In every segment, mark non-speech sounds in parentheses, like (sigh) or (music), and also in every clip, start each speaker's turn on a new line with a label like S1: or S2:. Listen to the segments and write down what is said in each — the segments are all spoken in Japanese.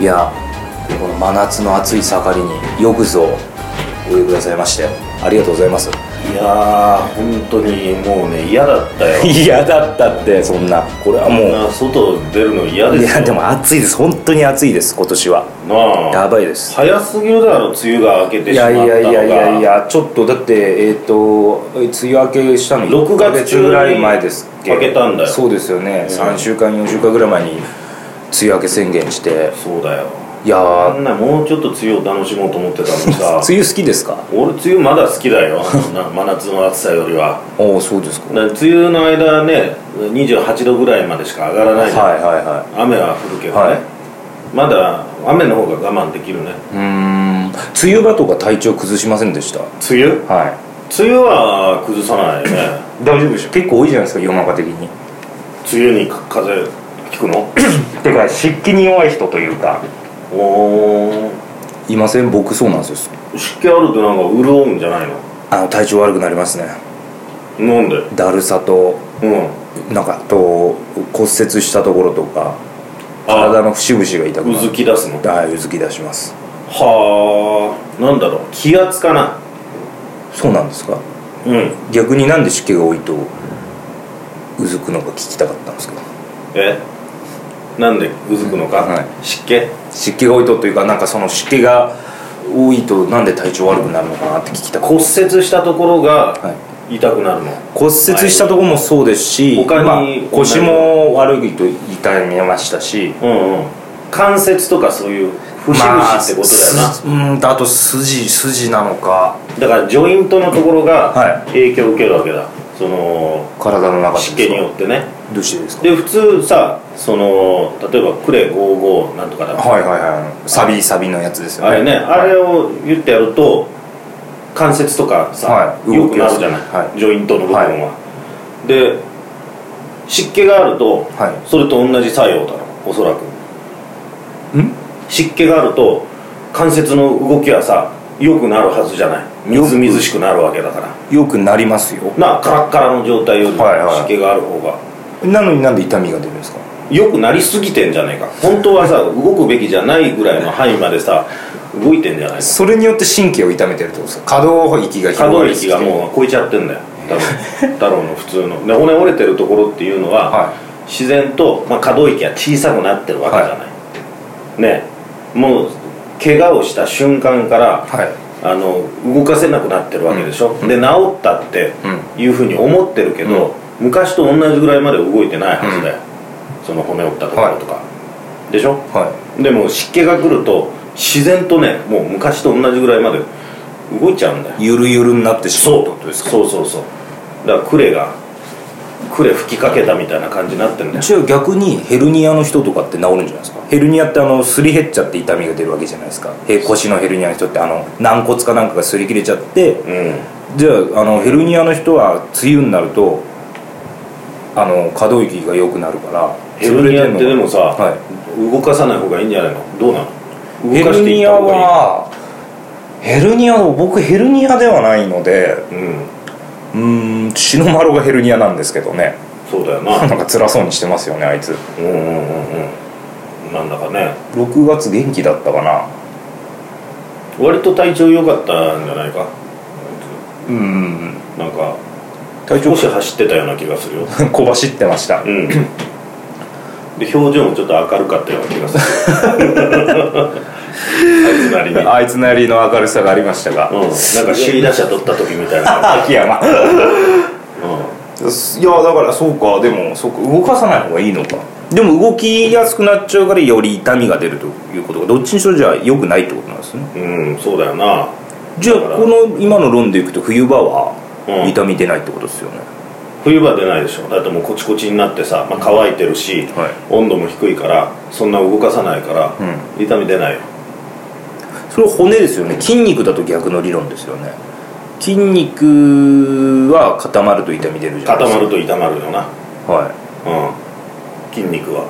S1: いやこの真夏の暑い盛りによくぞおいでくださいましてありがとうございます
S2: いやー本当にもうね嫌だったよ
S1: (laughs) 嫌だったってそんなこれは
S2: こん
S1: も
S2: な外出るの嫌
S1: うい
S2: ですよ
S1: やでも暑いです本当に暑いです今年は
S2: なあ
S1: やばいです
S2: 早すぎるだろ梅雨が明けて
S1: い
S2: しまっ
S1: や
S2: た
S1: い
S2: のが
S1: やいやいやいやちょっとだってえっ、と梅雨明けしたの
S2: 6
S1: 6
S2: 月
S1: ヶ月ぐらい前ですっけ
S2: 明けたんだよ
S1: そうですよね、3週間4週間ぐらい前に梅雨明け宣言して
S2: そうだよ
S1: いや
S2: あ
S1: ー
S2: んなもうちょっと梅雨を楽しもうと思ってたのにさ
S1: 梅雨好きですか
S2: 俺梅雨まだ好きだよ (laughs) そんな真夏の暑さよりは
S1: おおそうですか
S2: な梅雨の間ね28度ぐらいまでしか上がら
S1: は
S2: ないい、
S1: はいは
S2: 雨は降るけど
S1: い
S2: ね、
S1: はい
S2: まだ雨の方が我慢できるね
S1: うーん梅雨場とか体調崩しませんでした
S2: 梅雨
S1: はい
S2: 梅雨は崩さないよね
S1: 大丈夫でしょ結構多いじゃないですか世の中的に
S2: 梅雨に風邪ひくの
S1: てか湿気に弱い人というか
S2: おお
S1: いません僕そうなんですよ
S2: 湿気あるとなんか潤うんじゃないの
S1: あの体調悪くなりますね
S2: なんで
S1: だるさと
S2: うん
S1: なんかと骨折したところとか体
S2: あ
S1: の節々が痛く
S2: う
S1: な
S2: ず
S1: る
S2: き出すの
S1: はいうずき出します
S2: はあなんだろう気圧かな
S1: そうなんですか
S2: うん
S1: 逆になんで湿気が多いとうずくのが聞きたかったんですけど
S2: えなんでうずくのか、
S1: はい
S2: 湿気
S1: 湿気が多いとというかなんかその湿気が多いとなんで体調悪くなるのかなって聞きたかっ
S2: 骨折したところ
S1: た、
S2: が
S1: はい、
S2: 痛くなるの、
S1: 骨折したとこもそうですし、
S2: 他に
S1: まあ腰も悪いと痛みましたし
S2: うんうん関節とかそういう節
S1: ま
S2: 々
S1: あ
S2: ってことだよな、
S1: すうんあと筋筋なのか
S2: だからジョイントのところ
S1: は
S2: が影響を受けるわけだその
S1: 体の中で
S2: 湿気によってね
S1: どうしてですか
S2: で普通さその例えばクレ55なんとかだ
S1: はいはいはいサビサビのやつですよ
S2: あ
S1: ね
S2: れねあれを言ってやると関節とかさ、
S1: はい
S2: よくなるじゃない、
S1: は
S2: ジョイントの部分は、で湿気があると、
S1: は
S2: それと同じ作用だろおそらく
S1: ん
S2: 湿気があると関節の動きはさ良くなるはずじゃないみ
S1: よく
S2: ずみずしくなるわけだから
S1: いよくなりますよ
S2: なあカラッカラの状態より
S1: はいはい
S2: 湿気がある方が
S1: なのになんで痛みが出るんですか
S2: 良くなりすぎてんじゃねえか本当はさ動くべきじゃないぐらいの範囲までさ動いてんじゃないか
S1: それによって神経を痛めてるってことですか可動域が
S2: 可
S1: 広が
S2: 動
S1: りす
S2: 域
S1: ぎ
S2: が
S1: て
S2: もう超えちゃってんだよ多分太郎の普通ので骨折れてるところっていうのは、
S1: は
S2: 自然と、まあ、可動域が小さくなってるわけじゃない、ねもう怪我をした瞬間から
S1: はい
S2: あの動かせなくなってるわけでしょ、で治ったっていうふうに思ってるけど、昔と同じぐらいまで動いてないはずだよ、その骨折ったところとか、でしょ
S1: は
S2: でも湿気が来ると自然とねもう昔と同じぐらいまで動いちゃうんだよ
S1: いゆるゆるになってしまう
S2: そ
S1: っ
S2: う
S1: てことですか
S2: そうそうそうだからクレがクレ吹きかけたみたいな感じになってんだよ
S1: じゃあ逆にヘルニアの人とかって治るんじゃないですかヘルニアってあのすり減っちゃって痛みが出るわけじゃないですかへ腰のヘルニアの人ってあの軟骨かなんかがすり切れちゃって
S2: う
S1: じゃああのヘルニアの人は梅雨になるとあの可動域が良くなるから
S2: んヘルニアってでもさ、
S1: は
S2: 動かさない方がいいんじゃないのどうなの
S1: ヘ
S2: 動かし
S1: ル
S2: ていっ
S1: ニ
S2: た
S1: ア
S2: 方が
S1: はヘルニアは僕ヘルニアではないので
S2: いいうん
S1: うーん血の丸がヘルニアなんですけどね
S2: そうだよ
S1: な
S2: なん
S1: か辛そうにしてますよねあいつ
S2: うんうんうんうんなんだかね
S1: 6月元気だったかな
S2: 割と体調良かったんじゃないか
S1: うん
S2: なんか
S1: 体調
S2: 少し走ってたような気がするよ
S1: (laughs) 小走ってました
S2: うんで表情もちょっと明るかったような気がするあいつなりに
S1: あいつなりの明るさがありましたが
S2: うん、なんか首位打者取った時みたいな、
S1: 秋山い
S2: うん、
S1: やだからそうかでもそうか動かさない方がいいのかでも動きやすくなっちゃうからより痛みが出るということがどっちにしろじゃあ良くないってことなんですね
S2: うん、そうだよな
S1: じゃあ
S2: だから
S1: この今の論でいくと冬場は
S2: うん
S1: 痛み出ないってことですよね、
S2: 冬場出ないでしょだってもうコチコチになってさ、まあ、乾いてるし、
S1: はい
S2: 温度も低いからそんな動かさないから、痛み出ないよ
S1: それは骨ですよね筋肉だと逆の理論ですよね筋肉は固まると痛み出るじゃない
S2: 固
S1: です
S2: ま
S1: か
S2: ると痛まるよ
S1: 固
S2: な、
S1: まるはい
S2: うん、筋肉は
S1: は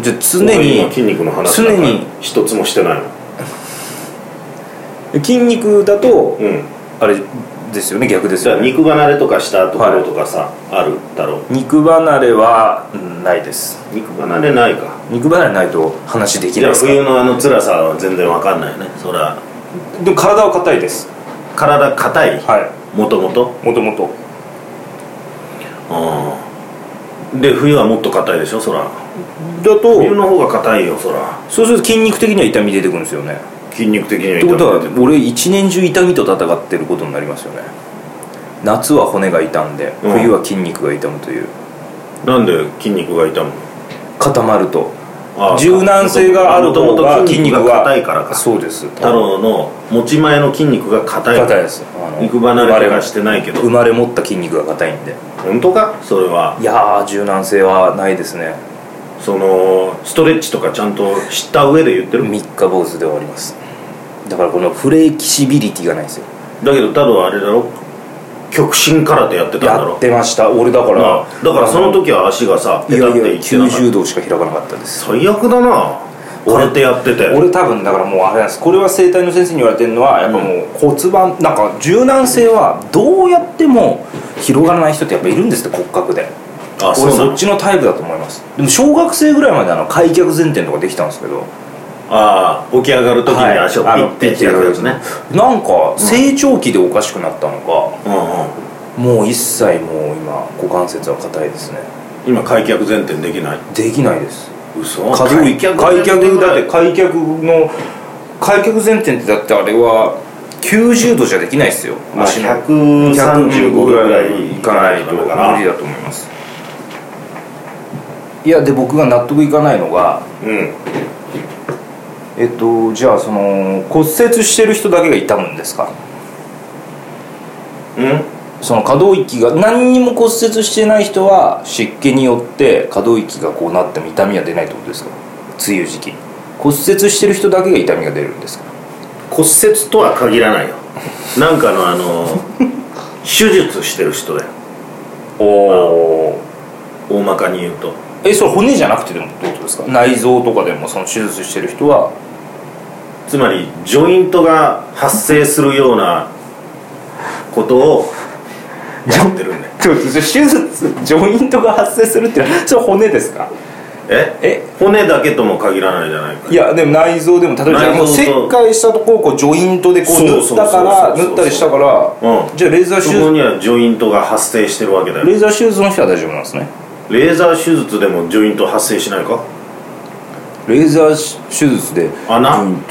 S1: いじゃあ常
S2: 俺
S1: に
S2: 今筋肉の話なんか
S1: 常に
S2: 一つもしてないの
S1: 筋肉だと
S2: うん
S1: あれですよね逆です
S2: じゃ
S1: よ
S2: あ
S1: ね
S2: 肉離れとかしたところとかさ、あるだろう
S1: 肉離れはうんないです
S2: 肉離れないか
S1: 肉離れないと話でき
S2: じ
S1: ない
S2: ゃあ
S1: ですか
S2: 冬のあの辛さは全然わかんないねそりゃ
S1: でも体は硬いです
S2: 体硬い
S1: はい
S2: もともと
S1: もともと
S2: うんで冬はもっと硬いでしょそら
S1: だ
S2: 冬
S1: と
S2: の方が硬いよそら
S1: そうすると筋肉的には痛み出てくるんですよね
S2: 筋肉的には
S1: ってこと
S2: 痛み
S1: は俺一年中痛みと戦ってることになりますよね夏は骨が痛んで
S2: うん
S1: 冬は筋肉が痛むという、
S2: なんで筋肉が痛むの
S1: 固まると
S2: ああ
S1: 柔軟性がある方
S2: 元々
S1: が筋
S2: 筋
S1: 肉
S2: 肉が
S1: が
S2: 硬いからか
S1: そうです
S2: 太郎の持ち前の筋肉が硬い
S1: 硬いですあの
S2: 肉離れとかしてないけど
S1: 生まれ持った筋肉が硬いんで
S2: 本当かそれはい
S1: やー柔軟性はないですね
S2: そのストレッチとかちゃんと知った上で言ってる
S1: 三日坊主で終わりますだからこのフレキシビリティがないんですよ
S2: だけど太郎はあれだろ極真空手やってたんだ
S1: や
S2: ろ
S1: ってました俺だか
S2: な
S1: ら
S2: あだからその時は足がさ
S1: いやい
S2: ペタ
S1: や
S2: っていってなかった
S1: 90度しか開かなかったです
S2: 最悪だな空手やってて
S1: 俺多分だからもうあれなんですこれは整体の先生に言われてるのはやっぱもう骨盤なんか柔軟性はどうやっても広がらない人ってやっぱいるんですって骨格で
S2: あそう
S1: 俺
S2: な
S1: そ
S2: の
S1: っちのタイプだと思いますでも小学生ぐらいまであの開脚前転とかできたんですけど
S2: ああ起き上がる時に足をピ
S1: あの
S2: ッてやるやつね、
S1: なんか成長期でおかしくなったのか、もう一切もう今股関節は硬いですね
S2: うんうん、今開脚前転できない
S1: できないです
S2: 嘘
S1: 可動域開脚だって
S2: て
S1: 開脚の開脚前転ってだってあれは90度じゃできないですよ
S2: まあ
S1: 足の
S2: 135ぐらい
S1: いかないと無理だと思いますいやで僕が納得いかないのが
S2: うん
S1: えっとじゃあその骨折してる人だけが痛むんですか
S2: うん
S1: その可動域が何にも骨折してない人は湿気によって可動域がこうなっても痛みは出ないってことですか梅雨時期骨折してる人だけが痛みが出るんですか
S2: 骨折とは限ら
S1: (laughs)
S2: ないよなんかのあの手術してる人だよ
S1: おお
S2: 大まかに言うと
S1: えそれ骨じゃなくてでもどういうことですか内臓とかでもその手術してる人は
S2: つまりジョイントが発生するようなことをやってるんだよ
S1: ちょっと手術ジョイントが発生するっていうのはそれ骨ですか
S2: え
S1: え
S2: 骨だけとも限らないじゃないか
S1: いやでも内臓でも例えばじゃあ
S2: 内臓と
S1: 切開したところをこうジョイントでこう
S2: そう
S1: 塗っ
S2: そう
S1: たから
S2: そうそうそう
S1: 塗ったりしたから
S2: うん
S1: じゃあレーザー手
S2: そこ
S1: 術
S2: にはジョイントが発生してるわけだよ
S1: レーザー手術の人は大丈夫なんですね
S2: レーザー手術でもジョイント発生しないか
S1: レーザー手術で
S2: 穴
S1: ジョイン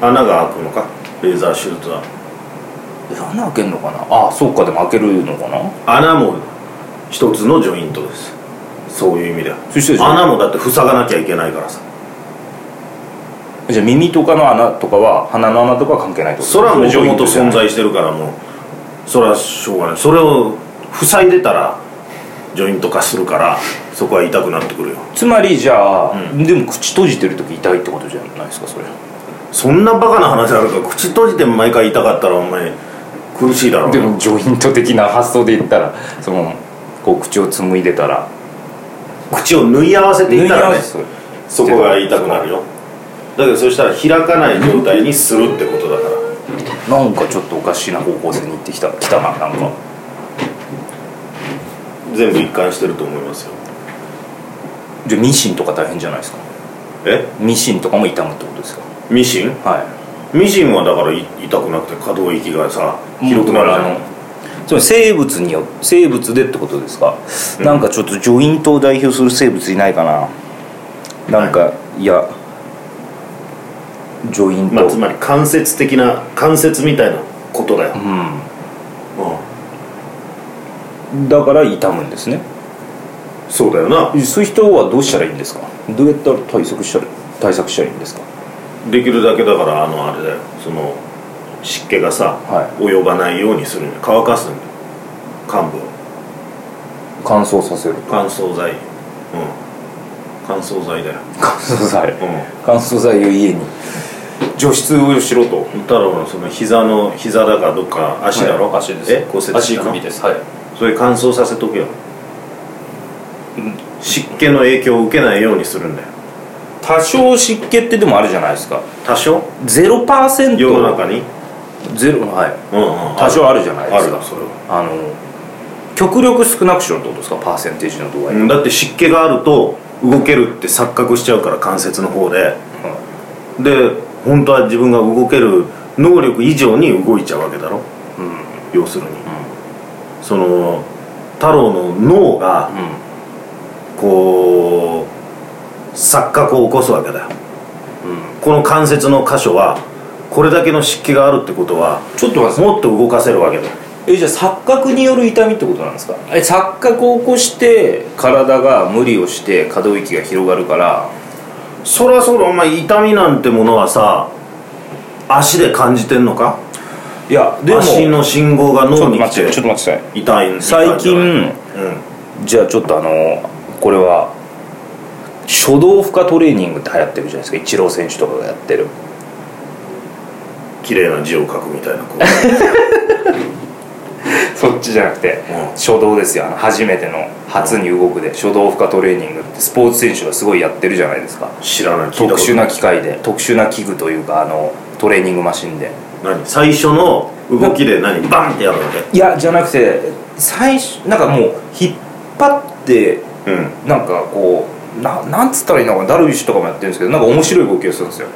S1: ト
S2: 穴が開くのかレーザー手術は
S1: え穴開けるのかなああそうかでも開けるのかな
S2: 穴も一つのジョイントですそういう意味では
S1: そして
S2: 穴もだって塞がなきゃいけないからさ
S1: じゃあ耳とかの穴とかは鼻の穴とかは関係ないってこと
S2: それはも
S1: ジ
S2: と
S1: ョイ
S2: も
S1: ン
S2: と
S1: トじゃな
S2: 存
S1: い
S2: 在してるからもうそれはしょうがないそれを塞いでたらジョイント化するからそこは痛くなってくるよ
S1: つまりじゃあ、でも口閉じてる時痛いってことじゃないですかそれ
S2: そんなバカな話あるか口閉じて毎回痛かったらお前苦しいだろう
S1: でもジョイント的な発想で言ったらそのこう口を紡いでたら
S2: 口を縫い合わせていったらね
S1: す
S2: そこが痛くなるよだけどそしたら開かない状態にするってことだから
S1: なんかちょっとおかしいな方向性に行ってきた来たななんか
S2: 全部一貫してると思いますよ
S1: じゃあミシンとか大変じゃないですか
S2: え
S1: ミシンとかも痛むってことですか
S2: ミシン
S1: はい
S2: ミシンはだからい痛くなくて可動域がさ広くなるじゃん
S1: つまり生物によ生物でってことですか、なんかちょっとジョイントを代表する生物いないかななんか、い、やジョイント、
S2: まあ、つまり間接的な間接みたいなことだよ、
S1: うん
S2: う
S1: だから痛むんですね
S2: ん、そうだよな
S1: そういう人はどうしたらいいんですかどうやったら対策したら対策したらいいんですか
S2: できるだけだからあのあれだよその湿気がさ、
S1: は
S2: 及ばないようにするんだよ乾かすんだよ幹部を
S1: 乾燥さ
S2: (laughs)
S1: せる
S2: 乾燥剤うん乾燥剤だよ、
S1: 乾燥剤
S2: う
S1: 乾燥剤を家に除湿をしろと
S2: ん、太郎のその膝の膝だかどっか足だろ、
S1: はい足です
S2: え骨折したの
S1: 足首ですはい
S2: それ乾燥させとくよ、湿気の影響を受けないようにするんだよ
S1: 多少湿気ってでもあるじゃないですか
S2: 多少
S1: 0%
S2: 世の中に
S1: ゼロはい
S2: うんうん
S1: 多少あるじゃないです
S2: あ
S1: か
S2: るそれは
S1: あの極力少なくしろってことですかパーセンテージの度合い、
S2: うんだって湿気があると動けるって錯覚しちゃうから関節の方でで本当は自分が動ける能力以上に動いちゃうわけだろ
S1: うんうん
S2: 要するに、その太郎の脳がこう錯覚を起こすわけだよ
S1: うん
S2: この関節の箇所はこれだけの湿気があるってことは
S1: ちょっと待って
S2: もっと動かせるわけだよ
S1: えじゃあ錯覚による痛みってことなんですかえ錯覚を起こして体が無理をして可動域が広がるから
S2: そりゃそうだお前痛みなんてものはさ足で感じてんのか
S1: いやでも
S2: 足の信号が
S1: ちょ
S2: 脳
S1: っと
S2: に来
S1: 待っててちょっと待ってください
S2: 痛いん
S1: 最近じゃあちょっとあのこれは初動負荷トレーニングって流行ってるじゃないですかイチロー選手とかがやってる
S2: 綺麗な字を書くみたいなこう
S1: そっちじゃなくて、
S2: うん
S1: 初動ですよあの初めての初に動くで初動負荷トレーニングってスポーツ選手がすごいやってるじゃないですか
S2: 知らない聞いた
S1: (laughs) 特
S2: こと
S1: 殊な機械で特殊な器具というかあのトレーニングマシンで
S2: 何最初の動きで何バンってやるわ
S1: いやじゃなくて最初なんかもう引っ張って
S2: けうん
S1: なんかこうななんつったらいいのかなダルビッシュとかもやってるんですけどなんか面白い動きをするんですよ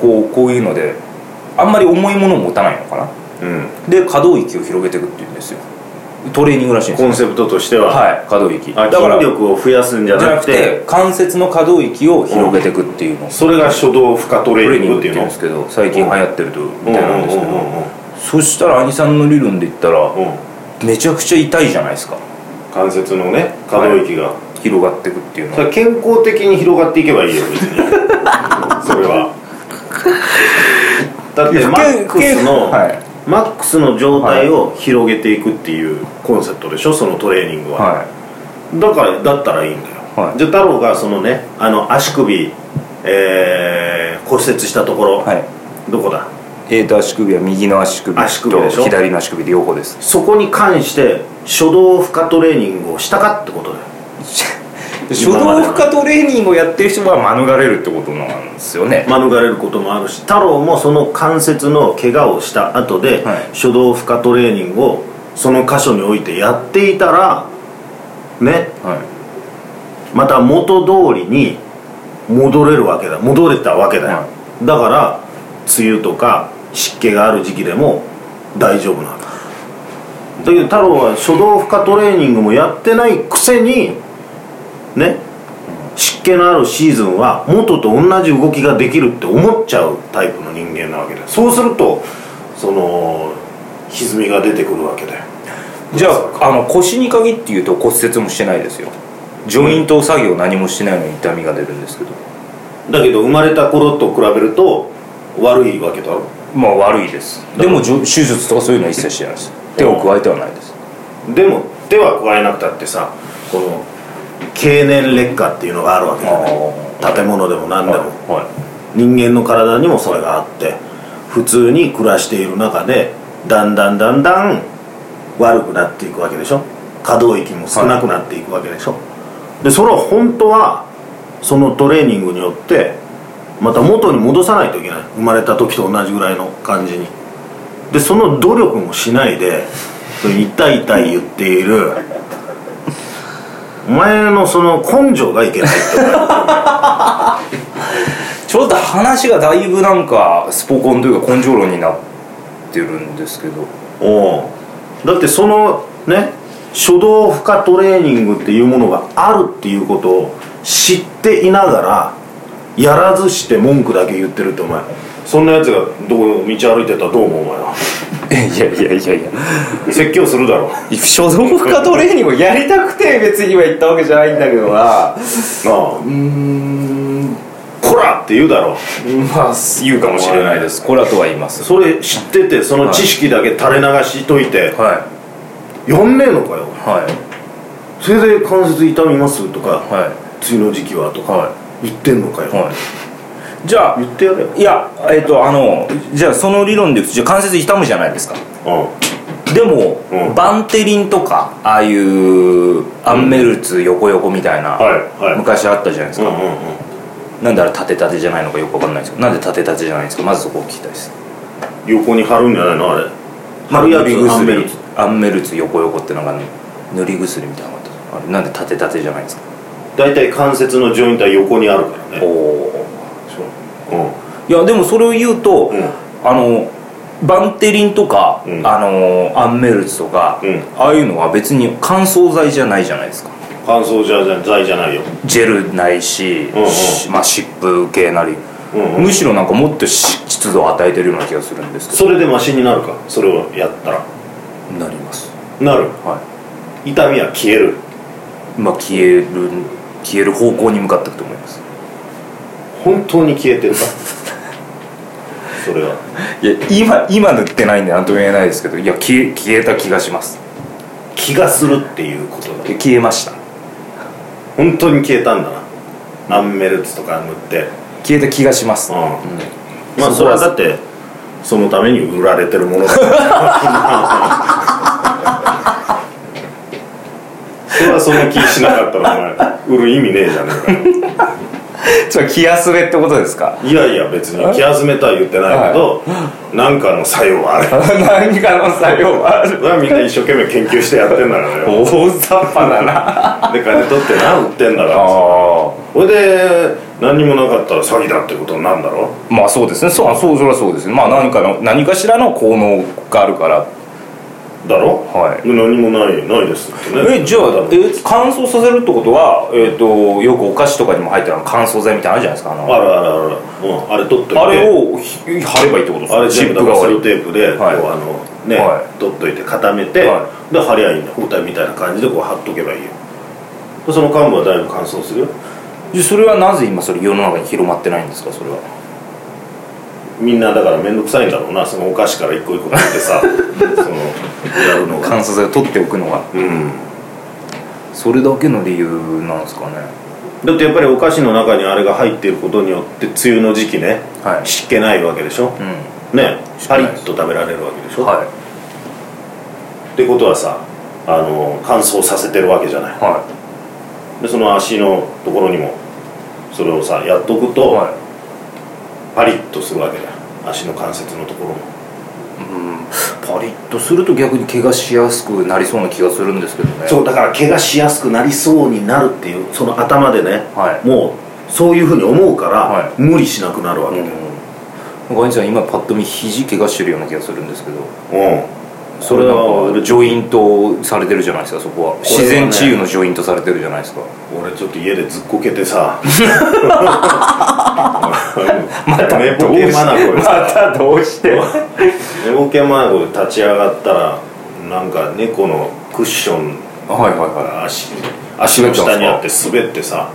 S1: こうこういうのであんまり重いものを持たないのかな
S2: うん
S1: で可動域を広げていくっていうんですよトレーニングらしいんです
S2: コ
S1: よ
S2: ンセプトとしては、
S1: はい可動域
S2: あ
S1: だから
S2: 筋
S1: じ
S2: 力を増やすんじゃ
S1: ゃ
S2: な
S1: な
S2: く
S1: く
S2: て
S1: て関節の可動域を広げていくっていうの
S2: それが初動負荷ト
S1: ト
S2: レ
S1: レ
S2: ー
S1: ー
S2: ニ
S1: ニ
S2: ン
S1: ング
S2: グ
S1: っててい
S2: っい
S1: うう
S2: の
S1: んですけど最近流行ってるとみたいなんですけ
S2: うんうん
S1: ど
S2: うん
S1: そしたら兄さんの理論で言ったら
S2: うんうん
S1: めちゃくちゃ痛いじゃないですか
S2: 関節のね可動域が、
S1: 広がっていくっていうの
S2: それ
S1: は
S2: は健康的に広がっていけばいいよ別
S1: (laughs)
S2: にそれはだっ
S1: い
S2: て
S1: や
S2: マックスの、
S1: はい
S2: マックスの状態を広げていくっていうコンセプトでしょそのトレーニングは、
S1: は
S2: だからだったらいいんだよ、
S1: はい
S2: じゃあ太郎がそのねあの足首、えー骨折したところ、
S1: いはい
S2: どこだ
S1: えーと足首は右の足首
S2: 足首でしょ
S1: と左の足首両方です
S2: そこに関して初動負荷トレーニングをしたかってことだよ
S1: 初動負荷トレーニングをやってる人は免れるってことなんですよね、
S2: 免れることもあるし太郎もその関節の怪我をした後で、
S1: はい
S2: 初動負荷トレーニングをその箇所においてやっていたらね
S1: はい、
S2: また元通りに戻れるわけだ戻れたわけだよ、
S1: は
S2: だから梅雨とか湿気がある時期でも大丈夫なのだけど太郎は初動負荷トレーニングもやってないくせにね湿気のあるシーズンは元と同じ動きができるって思っちゃうタイプの人間なわけだよそうするとその歪みが出てくるわけだよ
S1: じゃああの腰に限って言うと骨折もしてないですよジョイント作業何もしてないのに痛みが出るんですけど
S2: だけど生まれた頃と比べると悪いわけだろ
S1: まあ悪いですでもじょ手術とかそういうのは一切してないです手を加えてはないです
S2: でも手は加えなくたってさこの経年劣化っていうのがあるわけじゃない
S1: あ
S2: 建物でも何でも、
S1: は
S2: 人間の体にもそれがあって普通に暮らしている中でだんだんだんだん悪くなっていくわけでしょ可動域も少なくなっていくわけでしょ、でそれは本当はそのトレーニングによってまた元に戻さないといけない生まれた時と同じぐらいの感じにでその努力もしないでそれ痛い痛い言っているお前のその根性がいけないって
S1: いちょっと話がだいぶなんかスポコンというか根性論になってるんですけど
S2: おうだってそのね初動負荷トレーニングっていうものがあるっていうことを知っていながらやらずして文句だけ言ってるってお前そんなやつがどこ道歩いてたらどう思うお
S1: (laughs)
S2: 前はい
S1: やいやいやいや
S2: 説教するだろ
S1: 初動負荷トレーニングをやりたくて別には行ったわけじゃないんだけどな
S2: なあ
S1: うーん
S2: こらって言うだろ
S1: まあ (laughs) 言うかもしれないですコラとは言います
S2: それ知っててその知識だけ垂れ流しといて
S1: はい
S2: やんねえのかよ
S1: はい
S2: それで関節痛みますとか
S1: はい
S2: 梅雨の時期はとか
S1: は
S2: 言ってんのか
S1: い
S2: よ
S1: はいじゃあ
S2: 言ってやれよ
S1: いやえっ、とあのじゃあその理論でいくとじゃあ関節痛むじゃないですかでも、
S2: うん
S1: バンテリンとかああいうアンメルツ横横みたいな、
S2: はいはい
S1: 昔あったじゃないです
S2: うん
S1: か、
S2: うんうんうん
S1: なんであれ縦縦じゃないのかよくわかんないですけどなんで縦縦じゃないんですかまずそこを聞きたいです
S2: 横に貼るんじゃないのあれ貼る
S1: 塗
S2: やつ
S1: り
S2: アンメル
S1: 薬
S2: ツ
S1: アンメルツ横横ってのが、ね、塗り薬みたいなのがあったあれなんで縦縦じゃないんですか
S2: 大体関節のジョイントは横にあるから
S1: お
S2: ね
S1: お
S2: うん
S1: いやでもそれを言うと、
S2: うん
S1: あのバンテリンとか、
S2: うん
S1: あのアンメルツとか、
S2: うん
S1: ああいうのは別に乾燥剤じゃないじゃないですか
S2: 乾燥剤じゃ剤じゃないよ
S1: ジェルないし、
S2: うんうん
S1: しまあ、湿布系なり、
S2: うんうん
S1: むしろなんかもっとし湿度を与えてるような気がするんですけ
S2: それでマシになるかそれをやったら
S1: どなります
S2: なる
S1: は
S2: 痛みは消える
S1: いまあ消える消える方向に向かっていくと思います
S2: 本当に消えて (laughs) るかそれはい
S1: や今今塗ってないんで何とも言えないですけどいや消え消えた気がします
S2: 気がするっていうことだ
S1: え消えました
S2: 本当に消えたんだなアンメルツとか塗って
S1: 消えた気がします、
S2: う
S1: うん
S2: んまあそれはだってそのために売られてるものだ
S1: (laughs)
S2: からそれはその気しなかったらお前売る意味ねえじゃねえか
S1: それ気休めってことですか
S2: いやいや別に気休めとは言ってないけど何かの作用は
S1: (laughs)
S2: ある
S1: 何かの作用はある
S2: それはみんな一生懸命研究してやってんだからよ
S1: 大雑把だな (laughs) あ
S2: で金取ってな売ってんだから
S1: あ
S2: それで何にもなかったら詐欺だってことになるんだろ
S1: まあそうですねそうそうそりゃそうですねまあ何かの何かしらの効能があるから
S2: だろ
S1: はい
S2: で何もないないですってね
S1: えじゃあ
S2: だから
S1: え乾燥させるってことは、えー、とよくお菓子とかにも入ってるあの乾燥剤みたいなのあるじゃないですかあの
S2: あるあるある、うん、あれ取っといて
S1: あれをひ貼ればいいってことです
S2: あれ
S1: か
S2: 全部
S1: プ
S2: だからセ
S1: り
S2: ロテープでこう、
S1: はい
S2: あのね、
S1: は
S2: 取っといて固めて、
S1: は
S2: で貼りゃいいんだ包帯みたいな感じでこう貼っとけばいいよでその患部はだいぶ乾燥するよ
S1: でそれはなぜ今それ世の中に広まってないんですかそれは
S2: みんなだから面倒くさいんだろうなそのお菓子から一個一個取って
S1: (laughs)
S2: さそのやるのが
S1: 乾燥剤を取っておくのが
S2: うん
S1: それだけの理由なんですかね
S2: だってやっぱりお菓子の中にあれが入っていることによって梅雨の時期ね
S1: はい
S2: 湿気ないわけでしょ
S1: う
S2: ね
S1: 湿気
S2: パ
S1: ない
S2: リ
S1: で
S2: ッ
S1: す
S2: と食べられるわけでし
S1: ん
S2: ょ、
S1: は
S2: ってことはさあの乾燥させてるわけじゃない
S1: いは
S2: でその足のところにもそれをさやっとく
S1: い
S2: と、
S1: はい
S2: パリッとするわけだ足の関節のところも
S1: うんパリッとすると逆に怪我しやすくなりそうな気がするんですけどね
S2: そうだから怪我しやすくなりそうになるっていうその頭でね、
S1: はい
S2: もうそういうふうに思うから、
S1: はい
S2: 無理しなくなるわ
S1: う
S2: けだ
S1: んガニさん今パッと見肘怪我してるような気がするんですけど
S2: うん、
S1: そ
S2: そ
S1: れ
S2: れ
S1: は
S2: は
S1: ジョイントされてるじゃないですかそこは自然治癒のジョイントされてるじゃないですか
S2: 俺ちょっと家でずっこけて (laughs) さ
S1: また
S2: 寝
S1: ど
S2: ぼ
S1: う
S2: け
S1: し
S2: まなこで
S1: ま
S2: さ
S1: たどうして
S2: 寝ぼけまなこで立ち上がったらなんか猫のクッション
S1: はいはいは
S2: 足足の下にあって滑ってさ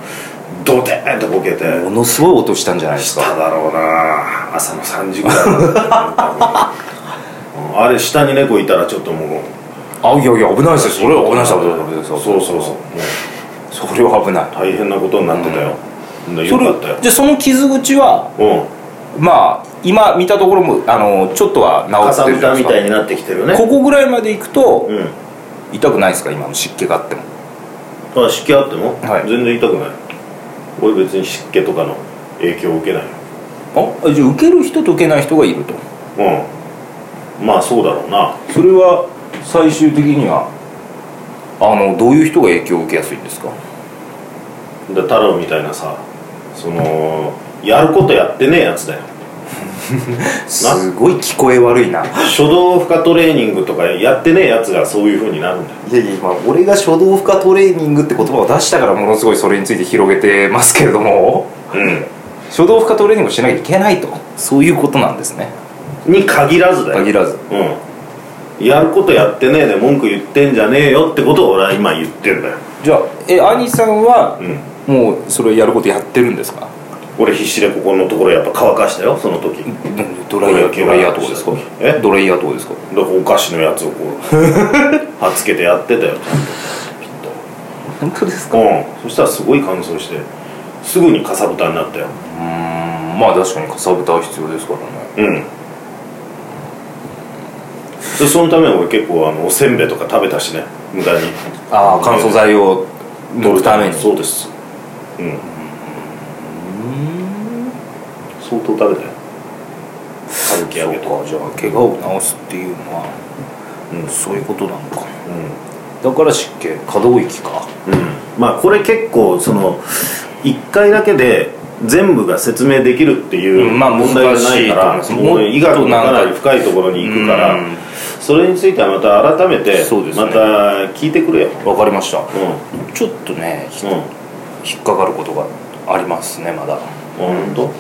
S2: ドテーンとボケて
S1: いものすごい音したんじゃないです
S2: 下
S1: か
S2: だろうな朝の3時ぐらい (laughs) だったと思ううんあれ下に猫いたらちょっともう
S1: あいやいや危ないですよそれは危ないです危ないです
S2: そうそうそうもう
S1: それは危ない
S2: 大変なことになってたよ、でよかったよ
S1: それじゃあその傷口は
S2: う
S1: まあ今見たところもあのちょっとは
S2: んか
S1: 治っ
S2: さ
S1: てる
S2: ぶ
S1: じゃ
S2: た
S1: ないです
S2: み
S1: か
S2: たいになってきてるね
S1: ここぐらいまで行くと
S2: うん
S1: 痛くないですか今の湿気があっても
S2: あ湿気あっても、
S1: はい
S2: 全然痛くない俺別に湿気とかの影響を受けないよ
S1: あじゃあ受ける人と受けない人がいると
S2: うんまあそうだろうな
S1: それは最終的にはあのどういう人が影響を受けやすいんですか
S2: で太郎みたいなさそのやることやってねえやつだよ
S1: すごい聞こえ悪いな
S2: 初動負荷トレーニングとかやってねえやつがそういうふうになるんだよ
S1: いやいや今俺が初動負荷トレーニングって言葉を出したからものすごいそれについて広げてますけれども
S2: うん
S1: 初動負荷トレーニングをしなきゃいけないとそういうことなんですね
S2: に限らずだよ、
S1: 限らず
S2: うん、やることやってねえで文句言ってんじゃねえよってことを俺は今言ってんだよ、
S1: じゃあえ兄さんは
S2: うん、
S1: もうそれやることやってるんですか
S2: 俺必死でここのところやっぱ乾かしたよその時だか
S1: ドライヤードライヤーとかですか
S2: え
S1: ドライヤーとかですから
S2: お菓子のやつ
S1: (laughs)
S2: をこうはっつけてやってたよちゃんときっ
S1: 本当です
S2: とうんそしたらすごい乾燥してすぐにかさぶたになったよ
S1: うーんまあ確かにかさぶたは必要ですからね
S2: うんでそのために俺結構あのおせんべいとか食べたしね無駄に
S1: ああ乾燥剤を塗るために
S2: そうですうん相当食べたよ食べき上げる
S1: そうかじゃあ怪我を治すっていうのは、うん、そういうことなのかだから湿気可動域か
S2: うん、まあこれ結構その1回だけで全部が説明できるっていううん
S1: まあ
S2: 問題がないから、
S1: 難しいと思います
S2: もう医学
S1: もっ
S2: の
S1: となんか
S2: かなり深いところに行くから、
S1: うん
S2: それについてはまた改めて
S1: そうですね
S2: また聞いてくれよ、
S1: わかりました
S2: う
S1: ちょっとねひ
S2: んうん
S1: 引っかかることがありますねまだ、
S2: 本当、う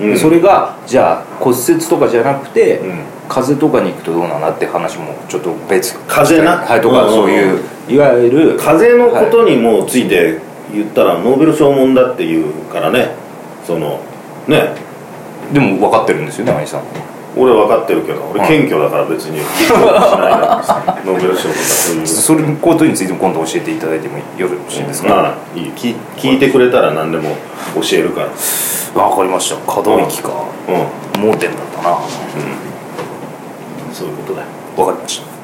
S1: で
S2: ん、
S1: それがじゃあ骨折とかじゃなくて、
S2: うん
S1: 風邪とかに行くとどうなんだって話もちょっと別
S2: 風邪な
S1: はいとか
S2: うん
S1: そういう、いわゆる
S2: 風邪のことにもうついて言ったらノーベル賞もんだっていうからねそのね
S1: でも分かってるんですよね兄さん
S2: 俺分かってるけど俺
S1: うん
S2: 謙虚だから別
S1: (laughs)
S2: に聞くことしないからノーベル賞とかそういう
S1: それのことについても今度教えていただいてもよろしいですか、
S2: まあいい聞聞いてくれたら何でも教えるから
S1: わ分かりました可動域か、
S2: う
S1: 盲点だったなん
S2: そういうことだよ
S1: 分かりました